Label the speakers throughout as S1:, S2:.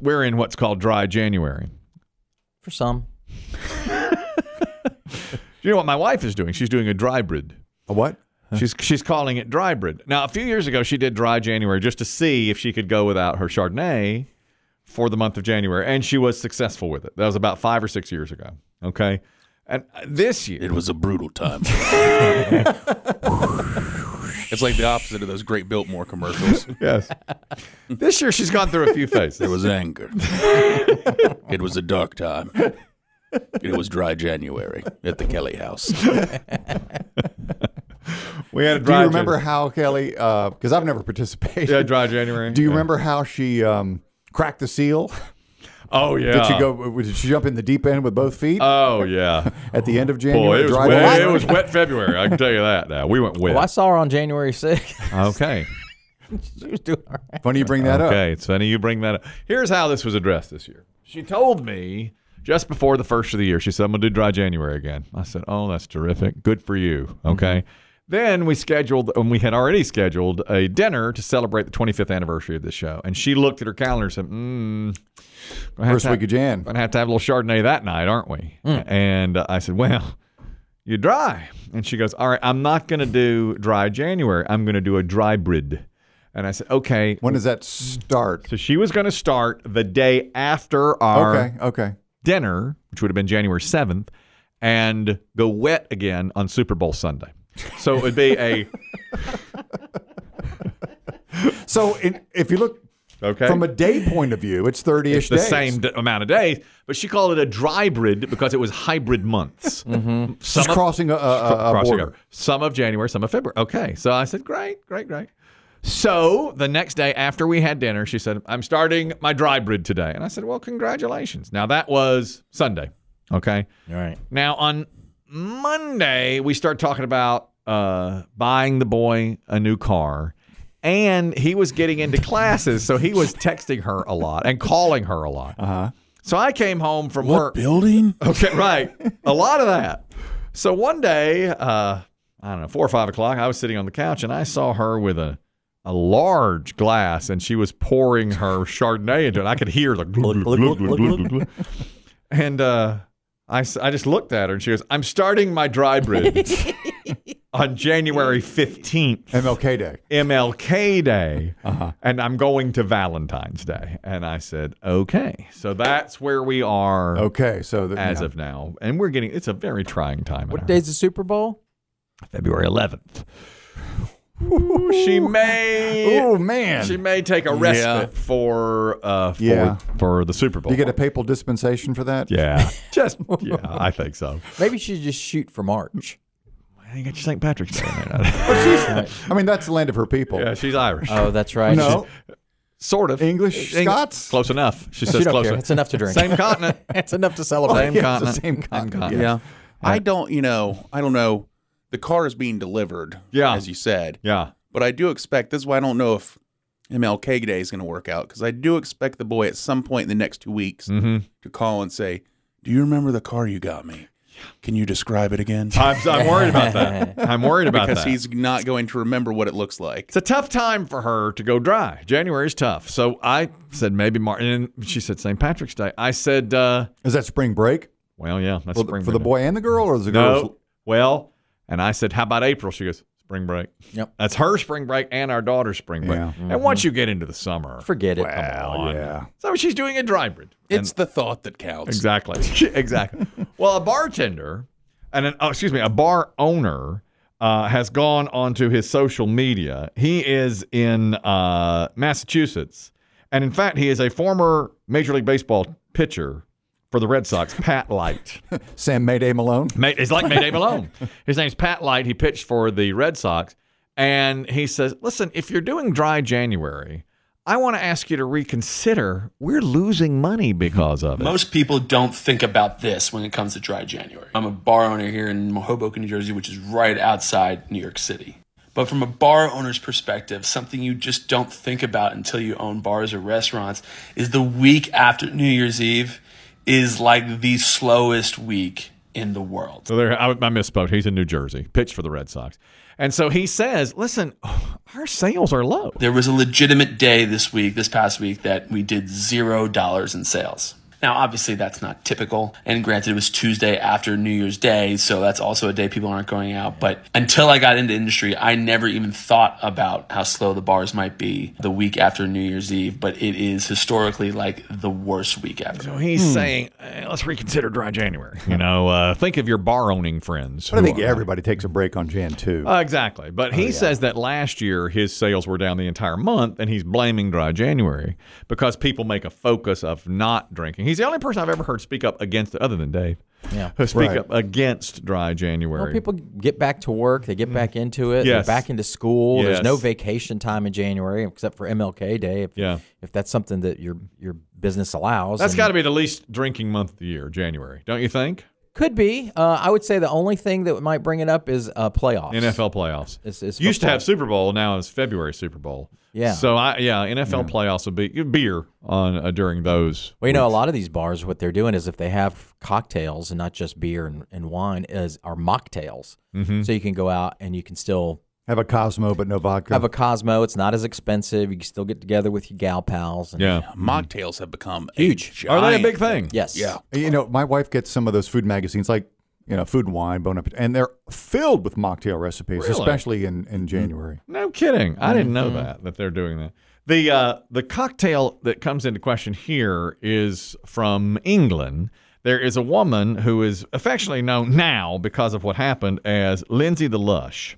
S1: We're in what's called dry January.
S2: For some.
S1: Do you know what my wife is doing? She's doing a dry bread.
S3: A what?
S1: She's she's calling it dry bread. Now, a few years ago, she did dry January just to see if she could go without her Chardonnay for the month of January, and she was successful with it. That was about five or six years ago. Okay, and uh, this year,
S4: It was a brutal time. it's like the opposite of those great Biltmore commercials.
S1: yes, this year she's gone through a few
S4: There
S1: phases.
S4: was anger. it was a dark time. It was dry January at the Kelly house.
S1: We had a
S3: Do
S1: dry.
S3: you remember
S1: Jan-
S3: how Kelly? Because I've never participated.
S1: Yeah, dry January.
S3: Do you
S1: Yeah.
S3: remember how she um, cracked the seal?
S1: Oh yeah.
S3: Did she go? Did she jump in the deep end with both feet
S1: Oh yeah.
S3: at the end of
S1: Boy,
S3: January?
S1: it was,
S3: Dry
S1: wet, it
S3: January?
S1: was wet February. I can tell you that. Now we went wet.
S2: Well, Oh, I saw her on January 6th.
S1: Okay.
S2: she was doing all right.
S3: Funny you bring that up.
S1: Okay, it's funny you bring that up. Here's how this was addressed this year. She told me just before the first of the year, she said, I'm going to do dry January again. I said, Oh, that's terrific. Good for you.
S3: Mm-hmm.
S1: Okay. Then we scheduled, and we had already scheduled a dinner to celebrate the 25th anniversary of the show. And she looked at her calendar and said, Mm, gonna have
S3: First
S1: to
S3: week
S1: have-
S3: of Mm. Jan.
S1: Gonna have to have a little Chardonnay that night, aren't we? And uh, I said, Well, you dry. And she goes, All right, I'm not going to do dry January. I'm going to do a dry brid. And I said, Okay.
S3: When does that start?
S1: So she was going to start the day after our
S3: Okay. Okay.
S1: dinner, which would have been January 7th, and go wet again on Super Bowl Sunday. So it would be a
S3: So in, if you look
S1: okay
S3: from a day point of view, it's thirty-ish
S1: the
S3: days.
S1: same d- amount of days, but she called it a dry brid because it was hybrid months. mm-hmm. Some
S3: Just crossing a, a, a, a
S1: crossing
S3: border.
S1: over. Some of January, some of February. Okay. So I said, great, great, great. So the next day after we had dinner, she said, I'm starting my dry brid today. And I said, well, congratulations. Now that was Sunday. Okay.
S2: All right.
S1: Now on Monday, we start talking about uh, buying the boy a new car. And he was getting into classes, so he was texting her a lot and calling her a lot. Uh-huh. So I came home from work.
S4: Building?
S1: Okay, right. A lot of that. So one day, uh, I don't know, four or five o'clock, I was sitting on the couch and I saw her with a a large glass and she was pouring her Chardonnay into it. I could hear the glug, glug, glug, glug, glug, glug. and uh, I, s- I just looked at her and she goes, I'm starting my dry bridge on January 15th.
S3: MLK Day.
S1: MLK Day, and I'm going to Valentine's Day. And I said, okay. So that's where we are
S3: Okay. So the,
S1: as
S3: yeah.
S1: of now, and we're getting it's a very trying time. in
S2: What
S1: our-
S2: day's the Super Bowl?
S1: February 11th. Ooh, she may.
S3: oh man,
S1: She may take a respite
S4: Yeah.
S1: for uh for,
S3: Yeah.
S1: for the Super Bowl.
S3: do you get a papal dispensation for that? Oh,
S1: yeah, just yeah, I think so.
S2: Maybe she should just shoot for March.
S1: I think it's St. Patrick's Day. man.
S3: I mean, that's the land of her people.
S1: yeah, she's Irish,
S2: Oh, that's right.
S3: No,
S1: sort of
S3: English,
S1: Eng-
S3: Scots?
S1: Close enough. She
S2: She
S1: says
S2: don't
S1: close.
S2: care.
S1: enough.
S2: It's enough to drink.
S1: Same continent.
S2: it's enough to celebrate.
S1: Same
S3: yeah, it's the
S1: continent.
S3: same continent,
S1: continent.
S2: Yeah.
S4: I don't, you know, I don't know. The car is being delivered,
S1: Yeah.
S4: as you said.
S1: Yeah.
S4: But I do expect, this is why I don't know if MLK Day is going to work out, because I do expect the boy at some point in the next two weeks to call and say, Do you remember the car you got me? Can you describe it again?
S1: I'm, I'm worried about that. I'm worried about
S4: Because
S1: that.
S4: he's not going to remember what it looks like.
S1: It's a tough time for her to go dry. January's tough. So I said maybe March. And she said St. Patrick's Day. I said, uh,
S3: Is that spring break
S1: well, yeah, that's
S3: for, the-
S1: spring
S3: for the
S1: break.
S3: boy and the girl, or is the
S1: No.
S3: girl?
S1: Well, and I said, how about April? She goes, spring break.
S2: Yep.
S1: That's her spring break and our daughter's spring break.
S3: Yeah.
S1: And once you get into the summer,
S2: Forget it.
S1: on.
S3: Yeah.
S1: So she's doing a dry bridge.
S4: It's the thought that counts.
S1: Exactly. exactly. Well, a bartender and an, oh, excuse me, a bar owner uh, has gone onto his social media. He is in uh, Massachusetts. And in fact, he is a former Major League Baseball pitcher for the Red Sox, Pat Light.
S3: Sam Mayday Malone.
S1: May, it's like Mayday Malone. His name's Pat Light. He pitched for the Red Sox. And he says, listen, if you're doing dry January, I want to ask you to reconsider. We're losing money because of it.
S5: Most people don't think about this when it comes to dry January. I'm a bar owner here in Hoboken, New Jersey, which is right outside New York City. But from a bar owner's perspective, something you just don't think about until you own bars or restaurants is the week after New Year's Eve is like the slowest week in the world.
S1: So there, I, I misspoke. He's in New Jersey, pitched for the Red Sox, and so he says, "Listen, our sales are low."
S5: There was a legitimate day this week, this past week, that we did zero dollars in sales. Now, obviously, that's not typical. And granted, it was Tuesday after New Year's Day, so that's also a day people aren't going out. But until I got into industry, I never even thought about how slow the bars might be the week after New Year's Eve. But it is historically like the worst week ever.
S1: So he's saying, eh, "Let's reconsider dry January." You know, uh, think of your bar owning friends.
S3: But I
S1: who
S3: think
S1: are-
S3: everybody takes a break on Jan 2.
S1: Uh, exactly. But he says that last year his sales were down the entire month, and he's blaming dry January because people make a focus of not drinking. He's the only person I've ever heard speak up against it, other than Dave,
S2: Yeah.
S1: who speak
S3: Right.
S1: up against dry January.
S2: Well, people get back to work. They get back into it.
S1: Mm. Yes.
S2: They're back into school.
S1: Yes.
S2: There's no vacation time in January except for MLK Day. If,
S1: Yeah.
S2: if that's something that your your business allows,
S1: That's
S2: And-
S1: got to be the least drinking month of the year, January, don't you think?
S2: could be. Uh, I would say the only thing that might bring it up is uh, playoffs.
S1: NFL playoffs.
S2: It's- it's
S1: Used to
S2: football.
S1: have Super Bowl, now it's February Super Bowl.
S2: Yeah.
S1: So I yeah, NFL playoffs would be beer on uh, during those.
S2: Well, you know, a lot of these bars, what they're doing is if they have cocktails and not just beer and, and wine, is are mocktails. Mm-hmm. So you can go out and you can still
S3: Have a Cosmo, but no vodka.
S2: have a Cosmo. It's not as expensive. You can still get together with your gal pals. And,
S1: Yeah.
S4: Mocktails have become
S2: Huge.
S4: A
S1: Are they a
S4: giant
S1: big thing?
S2: Yes.
S4: Yeah.
S3: You know, my wife gets some of those food magazines, like you know, Food and Wine, Bon Appetit, and they're filled with mocktail recipes,
S1: Really? Mm.
S3: especially in in January.
S1: No kidding. I didn't know that that they're doing that. The uh, the cocktail that comes into question here is from England. There is a woman who is affectionately known now because of what happened as Lindsay the Lush,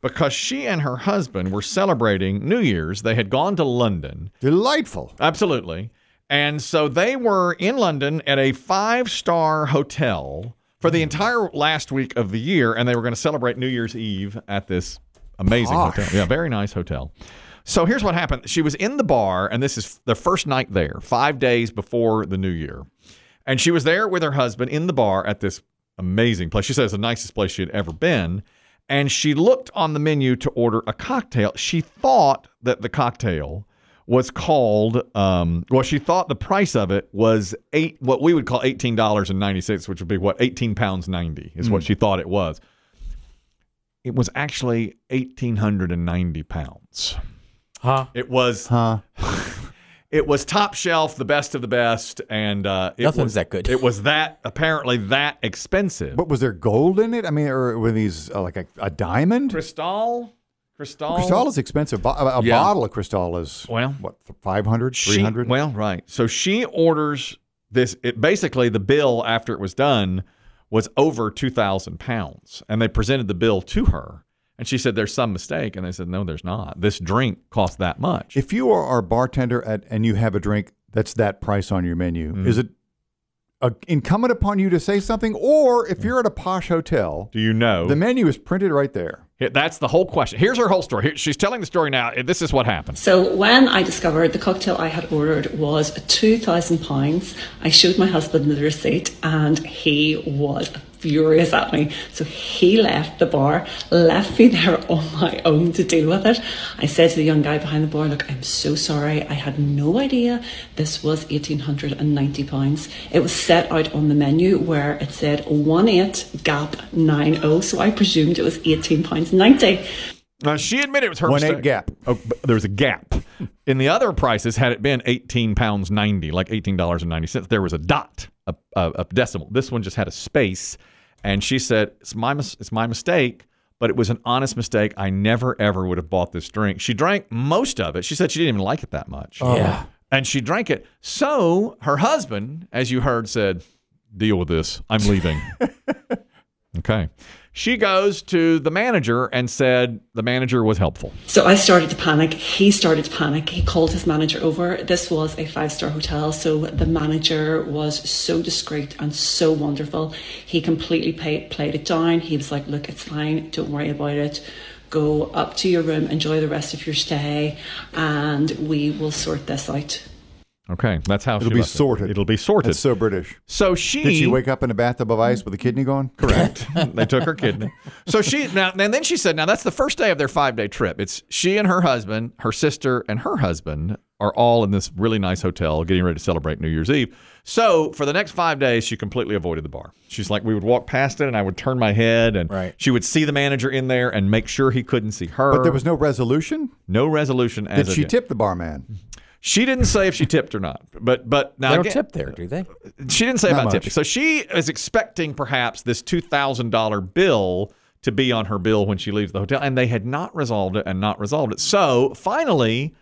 S1: because she and her husband were celebrating New Year's. They had gone to London
S3: Delightful.
S1: Absolutely. And so they were in London at a five star hotel for the entire last week of the year, and they were going to celebrate New Year's Eve at this amazing hotel. Yeah, very nice hotel. So here's what happened. She was in the bar, and this is their first night there, five days before the new year. And she was there with her husband in the bar at this amazing place. She says the nicest place she had ever been. And she looked on the menu to order a cocktail. She thought that the cocktail was called, um, well, she thought the price of it was eight, what we would call $18.96, which would be what, 18 pounds 90 is what she thought it was. It was actually 1,890 pounds.
S2: Huh?
S1: It was
S3: Huh.
S1: it was top shelf, the best of the best, and uh, it
S2: Nothing's
S1: was,
S2: that good.
S1: It was that apparently that expensive.
S3: But was there gold in it? I mean, or were these uh, like a, a diamond?
S1: Cristal, Cristal,
S3: Cristal is expensive. Bo- a a
S4: Yeah.
S3: bottle of Cristal is
S1: Well,
S3: what 500,
S1: she-
S3: 300?
S1: Well, right. So she orders this. It basically the bill after it was done was over two thousand pounds, and they presented the bill to her, and she said, "There's some mistake," and they said, "No, there's not. This drink cost that much."
S3: if you are our bartender at and you have a drink that's that price on your menu,
S1: Mm.
S3: is it uh incumbent upon you to say something? Or
S1: Mm.
S3: if you're at a posh hotel,
S1: Do you know
S3: the menu is printed right there.
S1: Here- That's the whole question. Here's her whole story. Here- she's telling the story now. This is what happened.
S6: So when I discovered the cocktail I had ordered was £2,000, I showed my husband the receipt and he was furious at me. So he left the bar, left me there on my own to deal with it. I said to the young guy behind the bar, look, I'm so sorry. I had no idea this was £1,890. It was set out on the menu where it said 18 gap 90. So I presumed it was £18.90.
S1: Now, she admitted it was her
S3: One
S1: mistake.
S3: eight gap.
S1: Oh, but there was a gap. In the other prices, had it been eighteen pounds ninety, like eighteen dollars and ninety cents, there was a dot, a, a, a decimal. This one just had a space, and she said, "It's my mis- it's my mistake." But it was an honest mistake. I never ever would have bought this drink. She drank most of it. She said she didn't even like it that much.
S2: Yeah.
S1: And she drank it. So her husband, as you heard, said, Deal with this. I'm leaving. okay. She goes to the manager and said the manager was helpful.
S6: So I started to panic. He started to panic. He called his manager over. This was a five star hotel. So the manager was so discreet and so wonderful. He completely pay, played it down. He was like, look, it's fine. Don't worry about it. Go up to your room, enjoy the rest of your stay, and we will sort this out.
S1: Okay. That's how
S3: It'll
S1: she
S3: be
S1: left it.
S3: sorted.
S1: It'll be sorted.
S3: It's so British.
S1: so she
S3: Did she wake up in a bathtub of ice with a kidney gone?
S1: Correct. they took her kidney. So she now and then she said, now that's the first day of their five day trip. It's she and her husband, her sister and her husband are all in this really nice hotel getting ready to celebrate New Year's Eve. So for the next five days, she completely avoided the bar. She's like, we would walk past it and I would turn my head and
S2: Right.
S1: she would see the manager in there and make sure he couldn't see her.
S3: But there was no resolution.
S1: no resolution as
S3: Did
S1: of
S3: she
S1: yet. Mm.
S3: tip the barman?
S1: She didn't say if she tipped or not. But but now
S2: They don't
S1: again-
S2: tip there, do they?
S1: she didn't say
S3: Not
S1: about
S3: much.
S1: tipping. So she is expecting perhaps this two thousand dollar bill to be on her bill when she leaves the hotel, and they had not resolved it and not resolved it. So finally,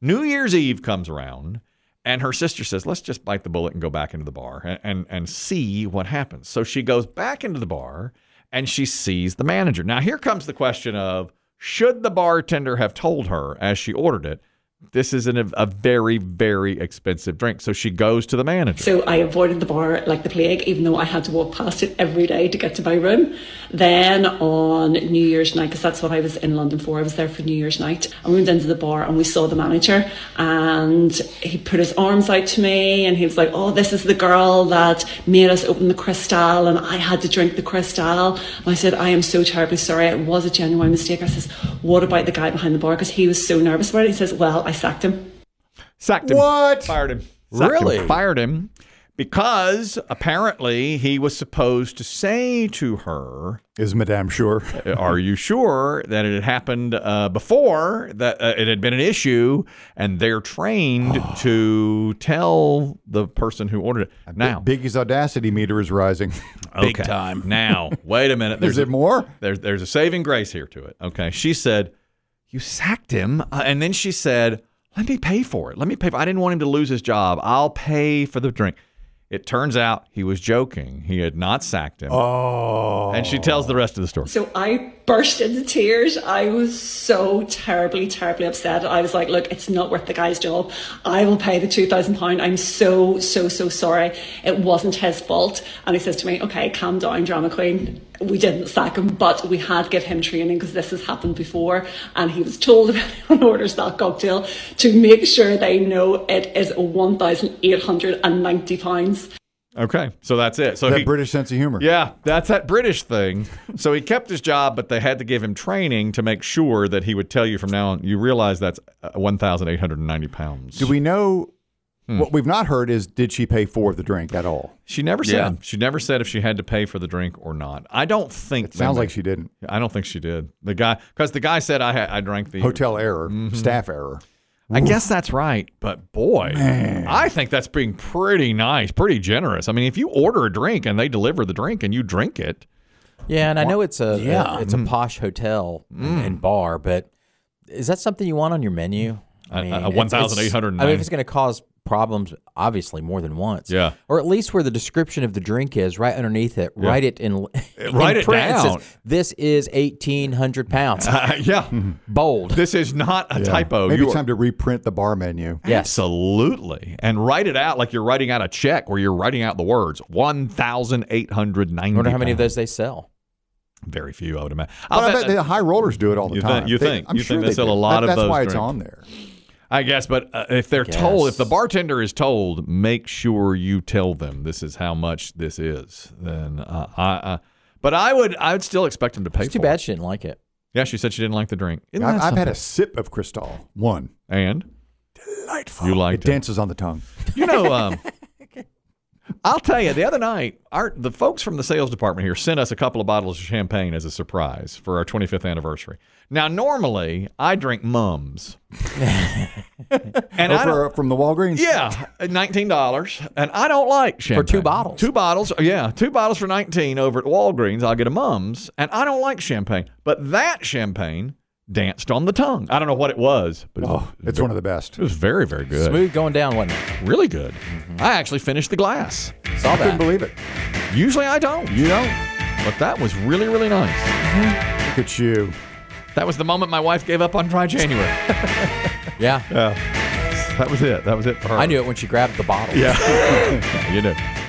S1: New Year's Eve comes around, and her sister says, "Let's just bite the bullet and go back into the bar and and, and see what happens." So she goes back into the bar and she sees the manager. Now here comes the question of should the bartender have told her as she ordered it? This is an, a very, very expensive drink. So she goes to the manager.
S6: So I avoided the bar like the plague, even though I had to walk past it every day to get to my room. Then on New Year's night, because that's what I was in London for, I was there for New Year's night, and we went into the bar and we saw the manager, and he put his arms out to me, and he was like, "Oh, this is the girl that made us open the Cristal, and I had to drink the Cristal." And I said, "I am so terribly sorry. It was a genuine mistake." I says, "What about the guy behind the bar? Because he was so nervous about it." He says, "Well, I sacked him."
S1: Sacked him.
S3: What?
S1: Fired him. Sacked him,
S2: Really?
S1: fired him because apparently he was supposed to say to her,
S3: Is Madame sure?
S1: "Are you sure that it had happened uh, before? That uh, it had been an issue?" And they're trained to tell the person who ordered it. Now,
S3: Biggie's audacity meter is rising.
S4: Big
S1: okay.
S4: time.
S1: Now, wait a minute.
S3: Is
S1: a-
S3: there more?
S1: there's there's a saving grace here to it. Okay, she said, "You sacked him," uh, and then she said, "Let me pay for it. Let me pay. For I didn't want him to lose his job. I'll pay for the drink." It turns out he was joking. He had not sacked him.
S3: Oh.
S1: And she tells the rest of the story.
S6: So I burst into tears. I was so terribly, terribly upset. I was like, look, it's not worth the guy's job. I will pay the £2,000. I'm so, so, so sorry. It wasn't his fault. And he says to me, okay, calm down, drama queen. We didn't sack him, but we had give him training because this has happened before. And he was told if anyone orders that cocktail to make sure they know it is £1,890.
S1: Okay, so that's it. So
S3: that
S1: he,
S3: British sense of humor.
S1: yeah, that's that British thing. so he kept his job, but they had to give him training to make sure that he would tell you from now on. You realize that's uh, one thousand eight hundred and ninety pounds.
S3: Do we know?
S1: Hmm.
S3: What we've not heard is did she pay for the drink at all?
S1: She never said.
S4: Yeah.
S1: She never said if she had to pay for the drink or not. I don't think.
S3: It sounds
S1: they-
S3: like she didn't.
S1: I don't think she did. The guy, because the guy said I had, I drank the.
S3: Hotel error, staff error.
S1: I guess that's right, but boy, I think that's being pretty nice, pretty generous. I mean, if you order a drink and they deliver the drink and you drink it,
S2: Yeah, and I know it's a
S4: Yeah.
S2: a- it's
S1: Mm-hmm.
S2: a posh hotel
S1: Mm.
S2: and, and bar, but is that something you want on your menu?
S1: A- a
S2: it's-
S1: 1,809.
S2: I mean, if it's going to cause problems, obviously more than once.
S1: Yeah.
S2: or at least where the description of the drink is right underneath it. Write it in. in
S1: Write it
S2: print. says,
S1: down.
S2: this is eighteen hundred pounds.
S1: uh, yeah,
S2: Bold.
S1: this is not a typo.
S3: Maybe
S1: You
S3: it's
S1: are-
S3: time to reprint the bar menu.
S2: Yes.
S1: Absolutely. And write it out like you're writing out a check where you're writing out the words 1,890.
S2: I wonder how many of those they sell.
S1: Very few, I would imagine.
S3: But
S1: I'll
S3: I bet the high rollers do it all the
S1: You think-
S3: time.
S1: you
S3: They-
S1: think-
S3: I'm
S1: you
S3: sure
S1: think they sell a
S3: do.
S1: lot
S3: That-
S1: of
S3: That's
S1: those
S3: why it's
S1: drinks.
S3: on there.
S1: I guess, but uh, if they're told, if the
S2: guess.
S1: bartender is told, make sure you tell them this is how much this is. Then uh, I, uh, but I would, I would still expect them to pay.
S2: It's too
S1: for
S2: bad
S1: It.
S2: she didn't like it.
S1: Yeah, she said she didn't like the drink. Isn't
S3: I've,
S1: that
S3: I've had a
S1: something?
S3: sip of Cristal. One.
S1: and You liked
S3: it dances on the tongue.
S1: You know, um, I'll tell you. The other night, our the folks from the sales department here sent us a couple of bottles of champagne as a surprise for our 25th anniversary. Now, normally, I drink mums, and I don't-
S3: Over, from the Walgreens.
S1: Yeah, nineteen dollars, and I don't like champagne
S2: two bottles.
S1: Two bottles, yeah, two bottles for nineteen over at Walgreens. I'll get a mums, and I don't like champagne, but that champagne danced on the tongue. I don't know what it was, but it, was,
S3: Oh, it's one of the best.
S1: it was very, very good,
S2: Smooth Mm-hmm. going down, wasn't it?
S1: really good. I actually finished the glass.
S2: Saw
S3: Couldn't
S2: that.
S3: believe it.
S1: Usually I don't,
S3: You don't.
S1: but that was really, really nice.
S3: Look at you.
S1: That was the moment my wife gave up on dry January.
S2: Yeah,
S1: that was it. That was it for her.
S2: I knew it when she grabbed the bottle.
S1: Yeah, you know.